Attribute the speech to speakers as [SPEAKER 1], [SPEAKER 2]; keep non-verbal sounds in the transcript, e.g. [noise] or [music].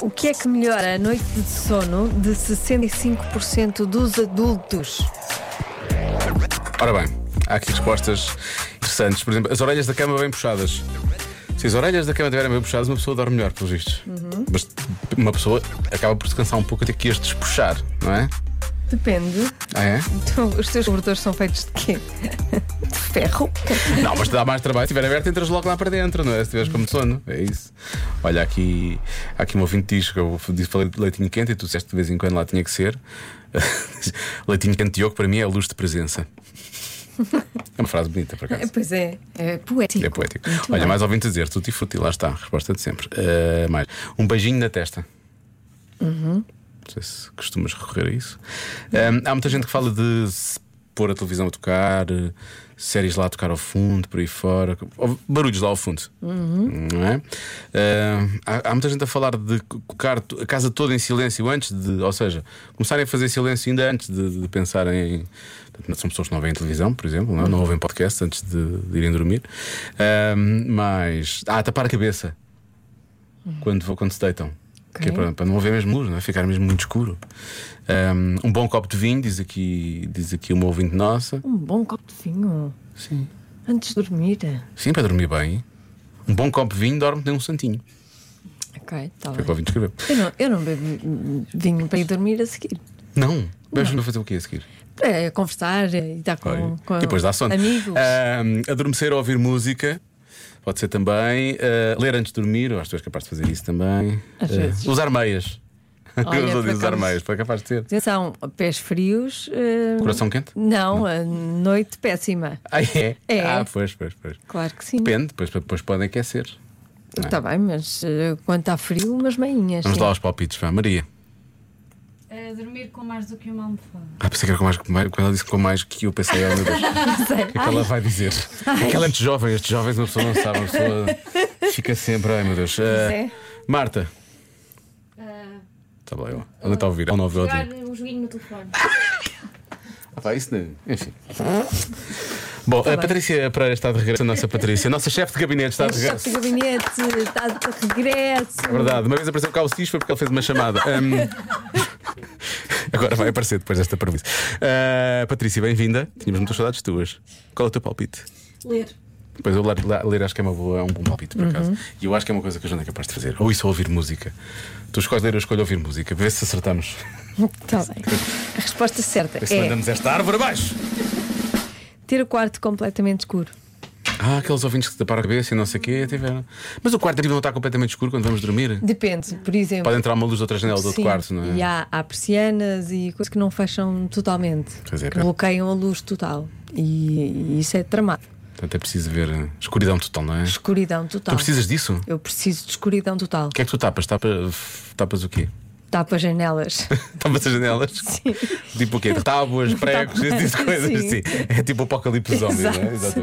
[SPEAKER 1] O que é que melhora a noite de sono de 65% dos adultos?
[SPEAKER 2] Ora bem, há aqui respostas interessantes. Por exemplo, as orelhas da cama bem puxadas. Se as orelhas da cama estiverem bem puxadas, uma pessoa dorme melhor, pelos vistos. Mas uma pessoa acaba por se cansar um pouco até que as despuxar, não é?
[SPEAKER 1] Depende.
[SPEAKER 2] Ah, é?
[SPEAKER 1] Tu- os teus cobertores são feitos de quê? De ferro?
[SPEAKER 2] Não, mas te dá mais trabalho. Se estiver aberto, entras logo lá para dentro, não é? Se tiveres como sono, é isso. Olha, aqui, há aqui um ouvinte diz que eu disse, falei de leitinho quente e tu disseste que de vez em quando lá tinha que ser. [laughs] leitinho quente Diogo, para mim, é a luz de presença. É uma frase bonita, por acaso.
[SPEAKER 1] Pois é, é poético.
[SPEAKER 2] É poético.
[SPEAKER 1] Muito
[SPEAKER 2] Olha,
[SPEAKER 1] bem.
[SPEAKER 2] mais ouvinte a dizer, tutti frutti, lá está, a resposta de sempre. Ah, mais. Um beijinho na testa. Não sei se costumas recorrer a isso. Ah, há muita gente que fala de se pôr a televisão a tocar, eh, séries lá a tocar ao fundo, por aí fora, ou barulhos lá ao fundo. Não é? Ah, há, há muita gente a falar de colocar to- a casa toda em silêncio antes de, ou seja, começarem a fazer silêncio ainda antes de, de pensarem em. Portanto, São pessoas que não veem televisão, por exemplo, não, não ouvem podcast antes de, de irem dormir. Ah, mas. Ah, tapar a cabeça quando, vo- quando se deitam.
[SPEAKER 1] Ok.
[SPEAKER 2] Que é para, para não haver mesmo luz, não é? ficar mesmo muito escuro. Um, um bom copo de vinho, diz aqui, diz aqui uma ouvinte nossa.
[SPEAKER 1] Um bom copo de vinho
[SPEAKER 2] Sim.
[SPEAKER 1] antes de dormir.
[SPEAKER 2] Sim, para dormir bem. Um bom copo de vinho dorme tem um santinho.
[SPEAKER 1] Ok, está
[SPEAKER 2] Foi o que o
[SPEAKER 1] bem.
[SPEAKER 2] ouvinte escreveu.
[SPEAKER 1] Eu não, eu não bebo hum, vinho para ir dormir a seguir.
[SPEAKER 2] Não, mas para fazer o quê a seguir?
[SPEAKER 1] Para É, conversar e estar com,
[SPEAKER 2] Olha,
[SPEAKER 1] com
[SPEAKER 2] e depois dá sono. Ah.
[SPEAKER 1] amigos.
[SPEAKER 2] Ahm, adormecer ou ouvir música. Pode ser também. Ah, ler antes de dormir, eu acho que tu és capaz de fazer isso também.
[SPEAKER 1] Às
[SPEAKER 2] Ah,
[SPEAKER 1] vezes.
[SPEAKER 2] usar meias.
[SPEAKER 1] Olha,
[SPEAKER 2] [laughs] eu só
[SPEAKER 1] por
[SPEAKER 2] digo usar
[SPEAKER 1] acaso-
[SPEAKER 2] meias, foi capaz de ser.
[SPEAKER 1] Atenção, pés frios. eh,
[SPEAKER 2] Coração quente?
[SPEAKER 1] Não, a noite péssima.
[SPEAKER 2] Ah, é?
[SPEAKER 1] É.
[SPEAKER 2] Ah, pois, pois, pois.
[SPEAKER 1] Claro que sim.
[SPEAKER 2] Depende, depois, depois podem aquecer.
[SPEAKER 1] Está Tá bem, mas eh, quando está frio, umas meinhas.
[SPEAKER 2] é?
[SPEAKER 1] né?
[SPEAKER 2] Vamos
[SPEAKER 1] sim.
[SPEAKER 2] lá aos palpites, vá, Maria.
[SPEAKER 3] A dormir com mais do que uma almofada.
[SPEAKER 2] Ah, pensei que era com mais, com mais- quando ela disse com mais que eu pensei, oh
[SPEAKER 1] [laughs]
[SPEAKER 2] meu Deus, o
[SPEAKER 1] Não sei.
[SPEAKER 2] que é que ela vai dizer? É que ela é muito jovem, estes jovens uma pessoa não sabe, uma pessoa fica sempre, ai meu Deus. Ah,
[SPEAKER 1] é.
[SPEAKER 2] Marta, tá
[SPEAKER 3] Uh,
[SPEAKER 2] está bem, ó. onde está a ouvir? Ao 9 ao
[SPEAKER 3] jogar
[SPEAKER 2] dia.
[SPEAKER 3] um joguinho no telefone.
[SPEAKER 2] Ah, pá, isso não. Enfim. Bom,
[SPEAKER 1] Tá
[SPEAKER 2] a Patrícia Pereira está de regresso, a nossa Patrícia, a nossa chefe de gabinete está tá de
[SPEAKER 1] Chefe
[SPEAKER 2] regresso.
[SPEAKER 1] de gabinete, está de regresso.
[SPEAKER 2] É verdade, uma vez apareceu o Calcitis foi porque ele fez uma chamada. Ahm, [laughs] Agora vai aparecer depois desta premissa. Ah, Patrícia, bem-vinda. Tínhamos muitas saudades tuas. Qual é o teu palpite?
[SPEAKER 3] Ler.
[SPEAKER 2] Pois eu ler, ler acho que é uma boa, é um bom palpite, por
[SPEAKER 1] Uhum.
[SPEAKER 2] acaso. E eu acho que é uma coisa que a Joana é capaz de fazer. Ou isso, ou ouvir música. Tu escolhes ler, eu escolho ouvir música. Vê se acertamos.
[SPEAKER 1] Está Tá bem. A resposta certa
[SPEAKER 2] Vê se
[SPEAKER 1] é
[SPEAKER 2] mandamos esta árvore abaixo.
[SPEAKER 1] ter o quarto completamente escuro.
[SPEAKER 2] Ah, aqueles ouvintes que taparam a cabeça e não sei o quê, tiveram. Mas o quarto não está completamente escuro quando vamos dormir.
[SPEAKER 1] Depende, por exemplo.
[SPEAKER 2] Pode entrar uma luz de outra janela do outro
[SPEAKER 1] Sim,
[SPEAKER 2] quarto, não é?
[SPEAKER 1] E há, há persianas e coisas que não fecham totalmente.
[SPEAKER 2] Pois é,
[SPEAKER 1] que
[SPEAKER 2] pá.
[SPEAKER 1] bloqueiam a luz total. E, e isso é tramado.
[SPEAKER 2] Portanto, é preciso ver eh, escuridão total, não é?
[SPEAKER 1] Escuridão total.
[SPEAKER 2] Tu precisas disso?
[SPEAKER 1] Eu preciso de escuridão total.
[SPEAKER 2] O que é que tu tapas? Tapas, tapas o quê? [laughs]
[SPEAKER 1] Tapa janelas.
[SPEAKER 2] Tapas as janelas?
[SPEAKER 1] Sim. [laughs]
[SPEAKER 2] Tipo o quê? Tábuas, pregos, esse tipo de coisas
[SPEAKER 1] Sim.
[SPEAKER 2] assim. É tipo o apocalipse zombie, não
[SPEAKER 1] Exato.
[SPEAKER 2] é? Exatamente.